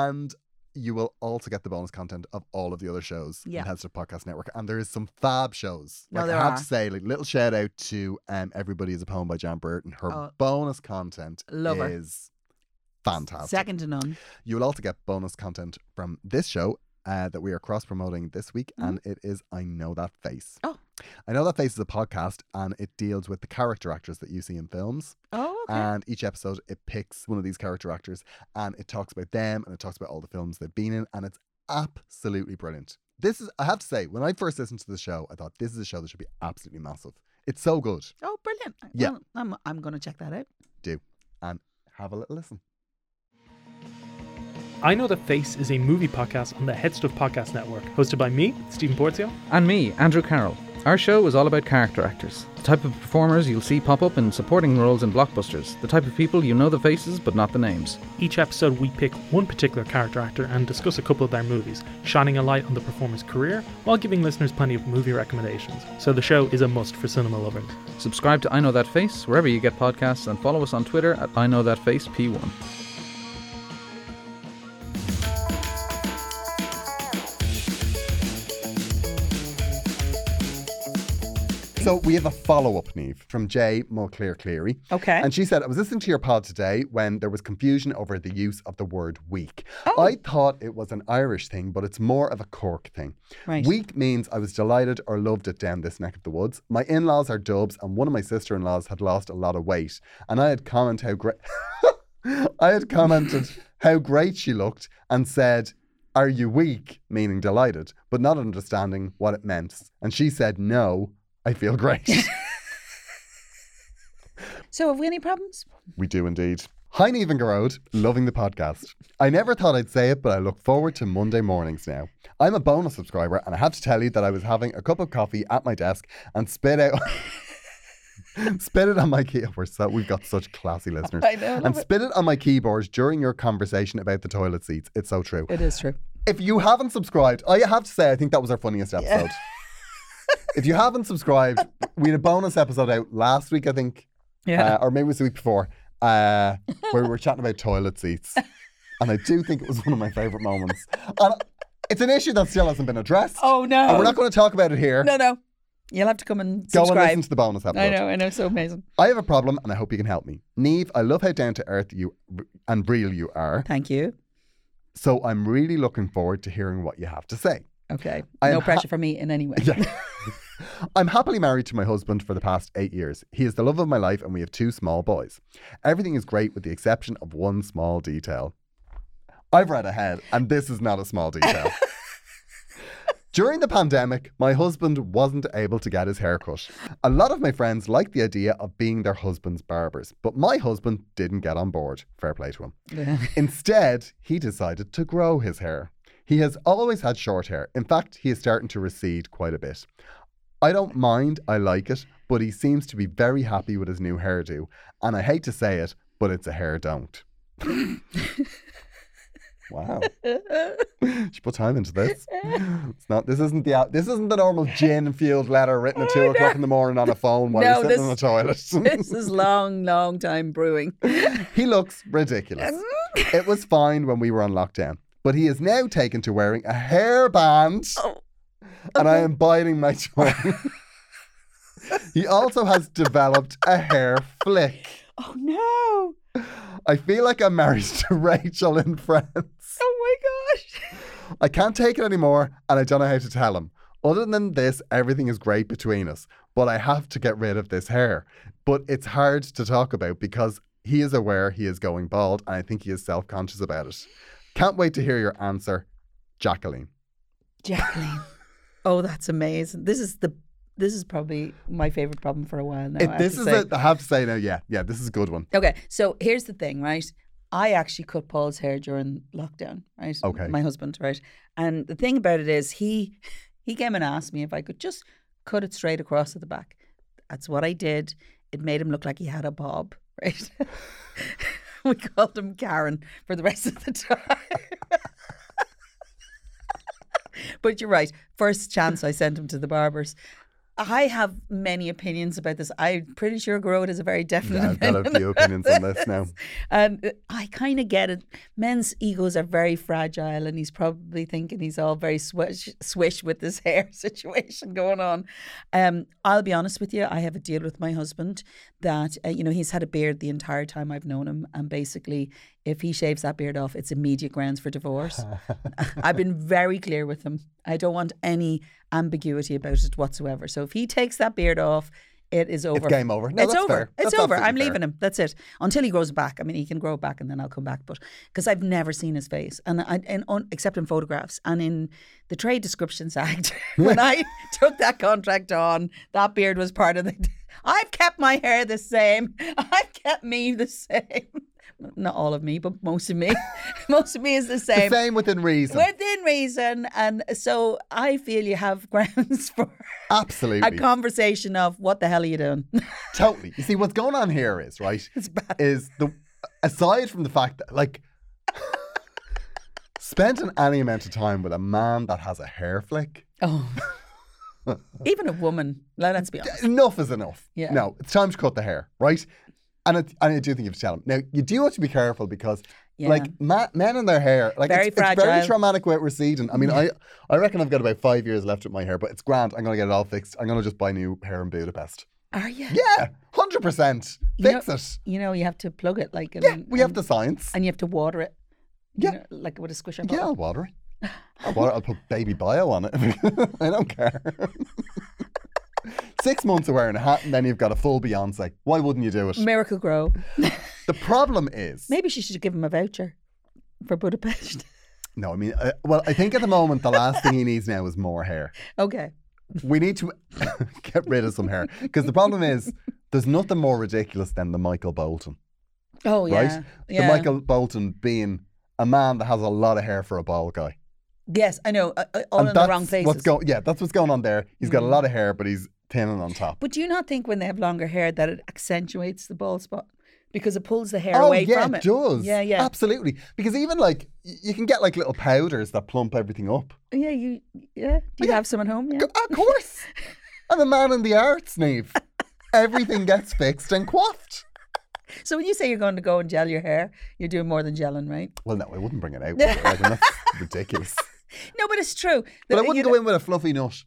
C: And you will also get the bonus content of all of the other shows
D: Yeah.
C: in Headstuff Podcast Network. And there is some fab shows.
D: No,
C: like
D: there
C: I have
D: are.
C: to say, like little shout out to um, Everybody is a Poem by Jan Burton. Her
D: Oh.
C: bonus content
D: Love her.
C: is fantastic.
D: Second to none.
C: You'll also get bonus content from this show uh, that we are cross promoting this week, and it is I Know That Face.
D: Mm-hmm. Oh.
C: I Know That Face is a podcast, and it deals with the character actors that you see in films.
D: Oh, okay.
C: And each episode, it picks one of these character actors, and it talks about them, and it talks about all the films they've been in, and it's absolutely brilliant. This is, I have to say, when I first listened to the show, I thought this is a show that should be absolutely massive. It's so good.
D: oh, brilliant.
C: Yeah.
D: Well, I'm. I'm going to check that out.
C: Do and have a little listen.
E: I Know That Face is a movie podcast on the Head Stuff Podcast Network, hosted by me, Stephen Porzio.
F: And me, Andrew Carroll. Our show is all about character actors, the type of performers you'll see pop up in supporting roles in blockbusters, the type of people you know the faces but not the names.
E: Each episode, we pick one particular character actor and discuss a couple of their movies, shining a light on the performer's career while giving listeners plenty of movie recommendations. So the show is a must for cinema lovers.
F: Subscribe to I Know That Face wherever you get podcasts and follow us on Twitter at I Know That Face P1.
C: So we have a follow up, Neve, from Jay Mulclear Cleary.
D: Okay.
C: And she said, I was listening to your pod today when there was confusion over the use of the word week. I thought it was an Irish thing, but it's more of a Cork thing.
D: Right.
C: Week means I was delighted or loved it down this neck of the woods. My in laws are dubs, and one of my sister in laws had lost a lot of weight. And I had comment how great. I had commented how great she looked and said, Are you weak? meaning delighted, but not understanding what it meant. And she said, No, I feel great.
D: So, have we any problems?
C: we do indeed. Hi, Neve and Garode, loving the podcast. I never thought I'd say it, but I look forward to Monday mornings now. I'm a bonus subscriber, and I have to tell you that I was having a cup of coffee at my desk and spit out. Spit it on my keyboard. We're so, we've got such classy listeners.
D: I know, I love
C: And spit it on my keyboard during your conversation about the toilet seats. It's so true.
D: It is true.
C: If you haven't subscribed, I have to say, I think that was our funniest episode. if you haven't subscribed, we had a bonus episode out last week, I think,
D: Yeah.
C: uh, or maybe it was the week before, uh, where we were chatting about toilet seats. And I do think it was one of my favourite moments. And it's an issue that still hasn't been addressed.
D: oh no.
C: And we're not going to talk about it here.
D: no, no. You'll have to come and
C: Go and
D: subscribe.
C: listen to the bonus episode.
D: I know. I know. So amazing.
C: I have a problem, and I hope you can help me. Neve, I love how down to earth you and real you are.
D: Thank you.
C: So I'm really looking forward to hearing what you have to say.
D: Okay.
C: I
D: no
C: am ha-
D: pressure from me in any way.
C: Yeah. I'm happily married to my husband for the past eight years. He is the love of my life, and we have two small boys. Everything is great with the exception of one small detail. I've read ahead, and this is not a small detail. During the pandemic, my husband wasn't able to get his hair cut. A lot of my friends liked the idea of being their husband's barbers, but my husband didn't get on board. Fair play to him. Instead, he decided to grow his hair. He has always had short hair. In fact, he is starting to recede quite a bit. I don't mind, I like it, but he seems to be very happy with his new hairdo. And I hate to say it, but it's a hair don't. wow. she put time into this. It's not this isn't the this isn't the normal gin fueled letter written at two o'clock in the morning on a phone while
D: Oh No,
C: you're sitting on the toilet.
D: this is long, long time brewing.
C: He looks ridiculous. it was fine when we were on lockdown, but he is now taken to wearing a hairband. And I am biting my tongue. he also has developed a hair flick.
D: Oh no!
C: I feel like I'm married to Rachel in Friends.
D: Oh my gosh!
C: I can't take it anymore, and I don't know how to tell him. Other than this, everything is great between us, but I have to get rid of this hair. But it's hard to talk about because he is aware he is going bald, and I think he is self conscious about it. Can't wait to hear your answer, Jacqueline.
D: Jacqueline. Oh, that's amazing. This is the
B: This is probably my favorite problem for a while now. I
C: It,
B: have
C: this
B: to
C: is
B: say.
C: a, I have to say now, yeah, yeah, this is a good one.
B: Okay, so here's the thing, right? I actually cut Paul's hair during lockdown, right?
C: Okay.
B: My husband, right? And the thing about it is he he came and asked me if I could just cut it straight across at the back. That's what I did. It made him look like he had a bob, right? we called him Karen for the rest of the time. but you're right. First chance I sent him to the barbers. I have many opinions about this. I'm pretty sure Garode is a very definite
C: Yeah, I've got a
B: opinion
C: few
B: about
C: opinions on this now.
B: um, I kind of get it. Men's egos are very fragile, and he's probably thinking he's all very swish, swish with this hair situation going on. Um, I'll be honest with you. I have a deal with my husband that uh, you know he's had a beard the entire time I've known him, and basically, if he shaves that beard off, it's immediate grounds for divorce. I've been very clear with him. I don't want any ambiguity about it whatsoever. So if he takes that beard off. It is over.
C: game over. No,
B: it's
C: that's
B: over.
C: fair.
B: It's
C: That's
B: over.
C: absolutely
B: I'm
C: fair.
B: leaving him him. That's it. Until he grows back. I mean, he can grow back, and then I'll come back. But because I've never seen his face, and I, and on, except in photographs and in the Trade Descriptions Act, when I took that contract on, that beard was part of the. I've kept my hair the same. I've kept me the same. Not all of me, but most of me. most of me is the
C: The
B: same.
C: same within reason.
B: Within reason, and so I feel you have grounds for a
C: Absolutely.
B: conversation of what the hell are you doing?
C: Totally. You see, what's going on here is right. Is the aside from the fact that like spending any amount of time with a man that has a hair flick,
B: Oh. Even a woman. Let- Let's be honest.
C: enough is enough.
B: Yeah.
C: No, it's time to cut the hair, right? And it, and I do think you have to tell him. Now you do have to be careful because.
B: Yeah.
C: Like ma- men and their hair, like
B: Very
C: it's, it's very
B: fragile.
C: traumatic with receding. I mean, I I reckon I've got about five years left with my hair, but it's grand. I'm gonna get it all fixed. I'm gonna just buy new hair in Budapest.
B: Are you?
C: Yeah, hundred percent.
B: You know- Mm,
C: Fix it.
B: You know, you have to plug it like.
C: Yeah,
B: and-
C: we have
B: and-
C: the science.
B: And you have to water it. you
C: Yeah.
B: know, like with a squisher
C: Yeah, I'll
B: bottle.
C: water it. I'll, water, I'll put baby bio on it. I don't care. Six months of wearing a hat and then you've got a full Beyonce. Why wouldn't you do it?
B: Miracle Grow.
C: The problem is.
B: Maybe she should give him a voucher for Budapest.
C: No, I mean, uh, well, I think at the moment the last thing he needs now is more hair.
B: okay.
C: We need to get rid of some hair because the problem is there's nothing more ridiculous than the Michael Bolton,
B: Oh, yeah.
C: right?
B: yeah.
C: The Michael Bolton being a man that has a lot of hair for a bald guy.
B: Yes, I know. Uh, uh, all in the wrong places. Mm-hmm.
C: What's go- yeah, that's what's going on there. He's got a lot of hair, but he's thin and on top.
B: but do you not think when they have longer hair that it accentuates the bald spot? Because it pulls the hair
C: oh,
B: away
C: yeah,
B: from it.
C: it does.
B: Yeah, yeah.
C: Absolutely. Because even like, y- you can get like little powders that plump everything up.
B: yeah, you yeah. Do you have some at home? Yeah.
C: Go- ah. Of course. I'm a man in the arts, Neve. everything gets fixed and quaffed.
B: So when you say you're going to go and gel your hair, you're doing more than gelling, right?
C: Well, no, I wouldn't bring it out. Like, I mean, that's ridiculous.
B: No, but it's true. The-
C: But I
B: you
C: wouldn't
B: know-
C: go in with a fluffy nut.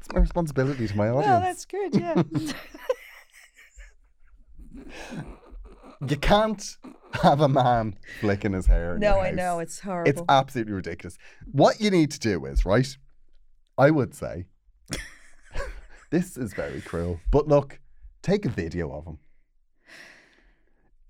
C: it's my responsibility to my audience.
B: Well, that's good. Yeah.
C: You can't have a man flicking his hair. in
B: no,
C: your
B: I
C: house.
B: know it's horrible.
C: It's absolutely ridiculous. What you need to do is, right? I would say this is very cruel, but look, take a video of him.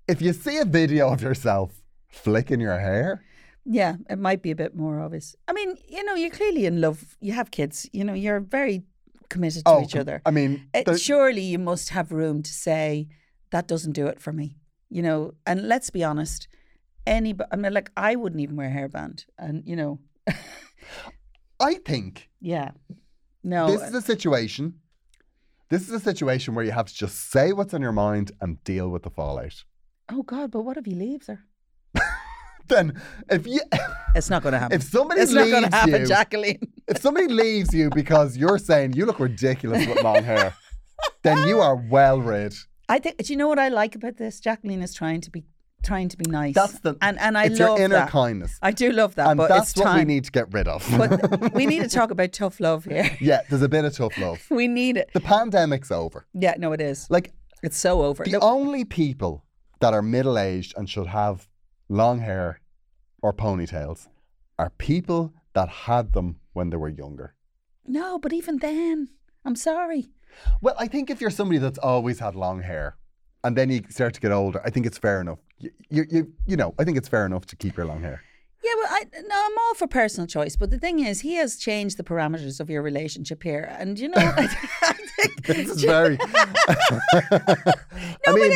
C: If you see a video of yourself flicking your hair,
B: yeah, it might be a bit more obvious. I mean, you know, you're clearly in love. You have kids. You know, you're very committed to
C: oh,
B: each
C: com-
B: other.
C: I mean,
B: Uh,
C: there-
B: surely you must have room to say that doesn't do it for me. You know, and let's be honest. Anybody, I mean, like I wouldn't even wear a hairband, and you know,
C: I think
B: yeah, no, eh,
C: this is a situation. This is a situation where you have to just say what's on your mind and deal with the fallout.
B: oh God, but what if he leaves her?
C: Then, if you
B: It's not going to happen.
C: if somebody
B: it's not
C: leaves
B: going to happen,
C: you,
B: Jacqueline.
C: if somebody leaves you because you're saying you look ridiculous with long hair, then you are well read.
B: I think. Do you know what I like about this? Jacqueline is trying to be trying to be nice.
C: That's the
B: and and I
C: it's
B: love
C: your inner
B: that.
C: kindness,
B: I do love that,
C: and
B: but
C: that's
B: it's
C: what
B: time.
C: we need to get rid of.
B: but we need to talk about tough love here.
C: yeah, there's a bit of tough love.
B: We need it.
C: The pandemic's over.
B: Yeah, no, it is.
C: Like
B: It's so over.
C: the
B: Look,
C: only people that are middle aged and should have long hair or ponytails are people that had them when they were younger.
B: no, but even then, I'm sorry.
C: Well, I think if you're somebody that's always had long hair and then you start to get older. I think it's fair enough. You, you, you, you know, I think it's fair enough to keep your long hair.
B: Yeah, well, I, no, I'm all for personal choice, but the thing is, he has changed the parameters of your relationship here, and you know, I, think
C: This is very. I mean,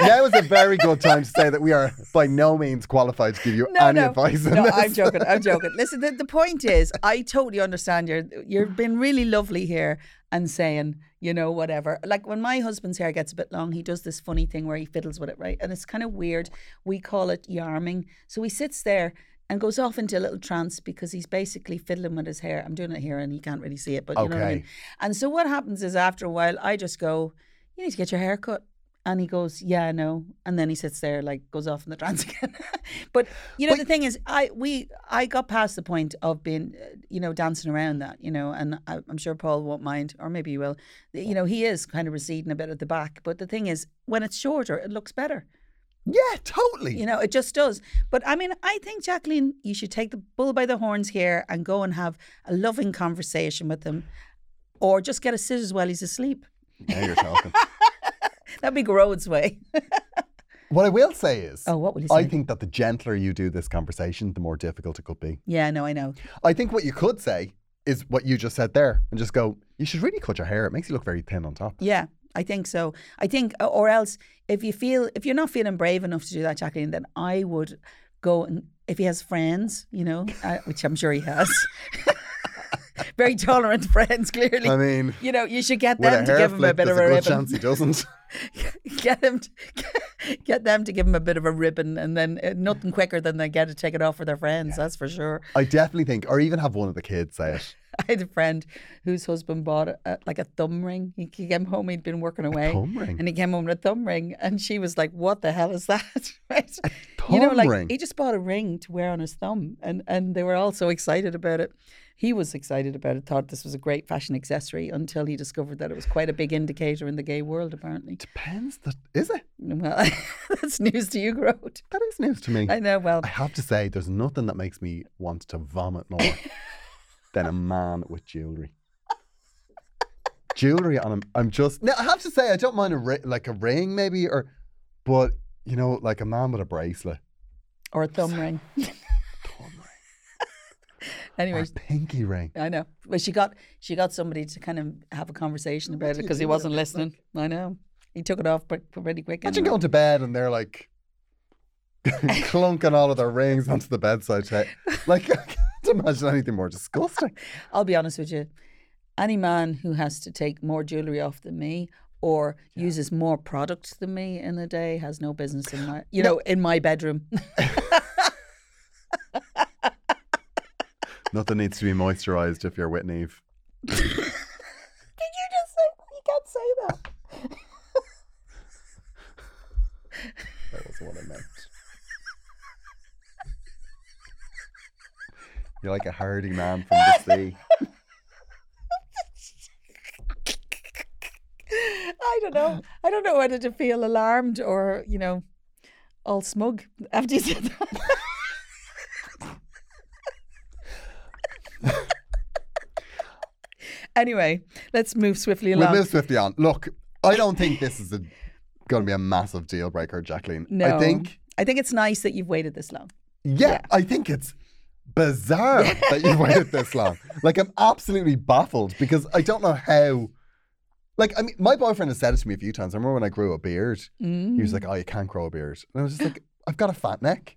C: now is a very good time to say that we are by no means qualified to give you
B: no,
C: any
B: no,
C: advice. on
B: no,
C: this.
B: I'm joking. I'm joking. Listen, the, the point is, I totally understand you. You've been really lovely here and saying, you know, whatever. Like when my husband's hair gets a bit long, he does this funny thing where he fiddles with it, right? And it's kind of weird. We call it yarming. So he sits there and goes off into a little trance because he's basically fiddling with his hair. I'm doing it here and you can't really see it, but you know what I
C: Okay.
B: mean? And so what happens is after a while, I just go, you need to get your hair cut. And he goes, yeah, I know. And then he sits there, like goes off in the trance again. but you know, the thing is, I we I got past the point of being, uh, you know, dancing around that, you know. And I, I'm sure Paul won't mind, or maybe he will. You know, he is kind of receding a bit at the back. But the thing is, when it's shorter, it looks better.
C: Yeah, totally.
B: You know, it just does. But I mean, I think Jacqueline, you should take the bull by the horns here and go and have a loving conversation with him, or just get a scissors while he's asleep.
C: Now you're talking.
B: That'd be Grode's way.
C: what I will say is,
B: Oh, what will you
C: I
B: say?
C: think that the gentler you do this conversation, the more difficult it could be.
B: yeah, no, I know.
C: I think what you could say is what you just said there, and just go. You should really cut your hair. It makes you look very thin on top.
B: Yeah, I think so. I think, uh, or else, if you feel if you're not feeling brave enough to do that, Jacqueline, then I would go and if he has friends, you know, uh, which I'm sure he has, very tolerant friends, clearly.
C: I mean,
B: you know, you should get
C: with
B: them
C: a
B: to
C: hair
B: give him a
C: flip,
B: bit
C: there's
B: of
C: a
B: a
C: good
B: ribbon.
C: chance he doesn't.
B: get them to, get them to give him a bit of a ribbon and then uh, nothing quicker than they get to take it off with their friends that's for sure
C: I definitely think, or even have one of the kids say it.
B: i had a friend whose husband bought a, a, like a thumb ring he he came home he'd been working away
C: thumb ring?
B: and he came home with a thumb ring and she was like what the hell is that right you know
C: thumb
B: like
C: ring?
B: he just bought a ring to wear on his thumb and and they were all so excited about it he was excited about it thought this was a great fashion accessory until he discovered that it was quite a big indicator in the gay world apparently
C: Depends. That is it.
B: well that's news to you Grode.
C: That is news to me.
B: I know. Well,
C: I have to say, there's nothing that makes me want to vomit more than a man with jewelry. jewelry on him. I'm just now. I have to say, I don't mind a ri- like a ring, maybe, or but you know, like a man with a bracelet,
B: or a thumb ring.
C: or a
B: Anyways,
C: pinky ring.
B: I know. Well, she got she got somebody to kind of have a conversation about it because he wasn't listening. I know. He took it off, but pretty quick.
C: Imagine
B: anyway.
C: going to bed and they're like clunking all of their rings onto the bedside table. Like I can't imagine anything more disgusting.
B: I'll be honest with you. Any man who has to take more jewelry off than me or uses more product than me in a day has no business in my, you know, in my bedroom.
C: Nothing needs to be moisturised if you're Whitney. Eve.
B: Did you just say you can't say that?
C: That was what I meant. You're like a hardy man from the sea.
B: I don't know. I don't know whether to feel alarmed or, you know, all smug after you said that. anyway, let's move swiftly
C: We'll
B: along.
C: move swiftly on. Look, I don't think this is going to be a massive deal breaker, Jacqueline.
B: no,
C: I think,
B: I think it's nice that you've waited this long.
C: yeah, I think it's bizarre that you've waited this long. Like, I'm absolutely baffled because I don't know how. Like, I mean, my boyfriend has said it to me a few times. I remember when I grew a beard, he was like, oh, you can't grow a beard. And I was just like, I've got a fat neck.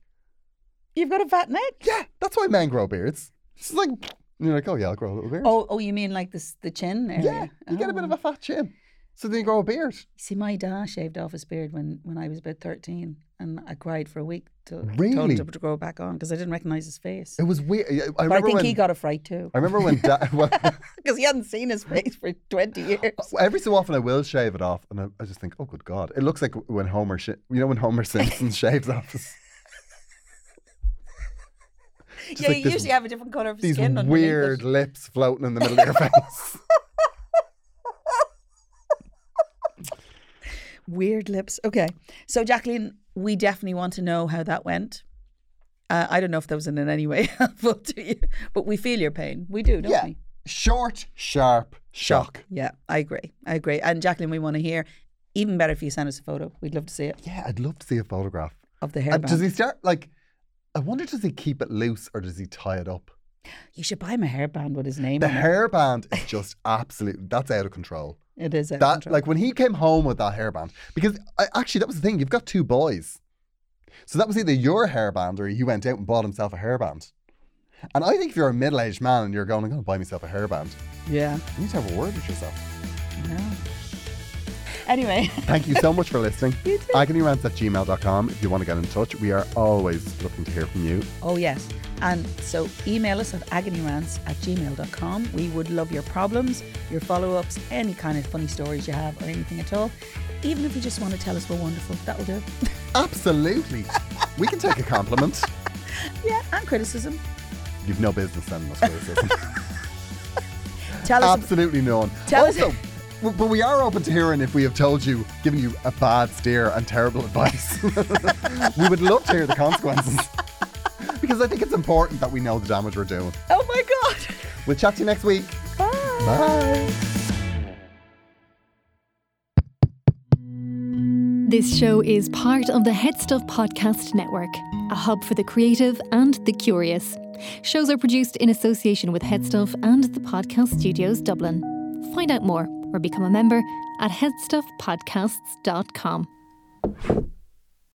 B: You've got a fat neck.
C: Yeah, that's why men grow beards. It's like, and you're like, oh, Oh. yeah, I'll grow a little beard.
B: Oh, oh, you mean like this the chin area? Oh.
C: Yeah, you get a bit of a fat chin. So then you grow a beard.
B: See, my dad shaved off his beard when, when I was about 13 and I cried for a week till told
C: Really?
B: him to grow it back on because I didn't recognise his face.
C: It was weird. I- I,
B: but I
C: remember
B: think
C: when,
B: he got a fright too.
C: I remember when da- well,
B: because he hadn't seen his face for 20 years.
C: every so often I will shave it off, and I, I just think, oh, good God, it looks like when Homer, sh- you know, when Homer Simpson shaves off his, just
B: yeah,
C: like
B: you
C: this-
B: usually have a different colour of
C: these
B: skin underneath
C: weird
B: it.
C: lips floating in the middle of your face.
B: Weird lips. Okay. So, Jacqueline, we definitely want to know how that went. Uh, I don't know if that was in any way helpful to you, but we feel your pain. We do, don't
C: Yeah.
B: we?
C: Short, sharp shock.
B: Yeah, I agree. I agree. And Jacqueline, we want to hear Even better if you send us a photo. We'd love to see it
C: Yeah, I'd love to see a photograph.
B: of the
C: And
B: hairband.
C: does he start like? I wonder, does he keep it loose or does he tie it up?
B: you should buy him a hairband with his name
C: The
B: on it.
C: hairband is just absolute. That's out of control.
B: It is out of
C: that
B: control.
C: like when he came home with that hairband because I, actually that was the thing. You've got two boys, so that was either your hairband or he went out and bought himself a hairband. And I think if you're a middle-aged man and you're going, I'm going to buy myself a hairband,
B: yeah.
C: you need to have a word with yourself.
B: yeah. Anyway.
C: Thank you so much for listening. Agonyrants at gmail.com if you want to get in touch. We are always looking to hear from you.
B: Oh, yes. And so email us at agonyrants at gmail.com. We would love your problems, your follow ups, any kind of funny stories you have, or anything at all. Even if you just want to tell us we're wonderful, that'll do.
C: Absolutely. we can take a compliment.
B: yeah, and criticism.
C: You've no business sending us criticism.
B: Tell us.
C: Absolutely none.
B: Tell us-
C: also, w- but we are open to hearing if we have told you, given you a bad steer and terrible advice. we would love to hear the consequences. because I think it's important that we know the damage we're doing.
B: oh my God.
C: We'll chat to you next week.
B: Bye.
C: Bye.
A: This show is part of the Head Stuff Podcast Network, a hub for the creative and the curious. Shows are produced in association with Head Stuff and the Podcast Studios Dublin. Find out more or become a member at headstuffpodcasts.com.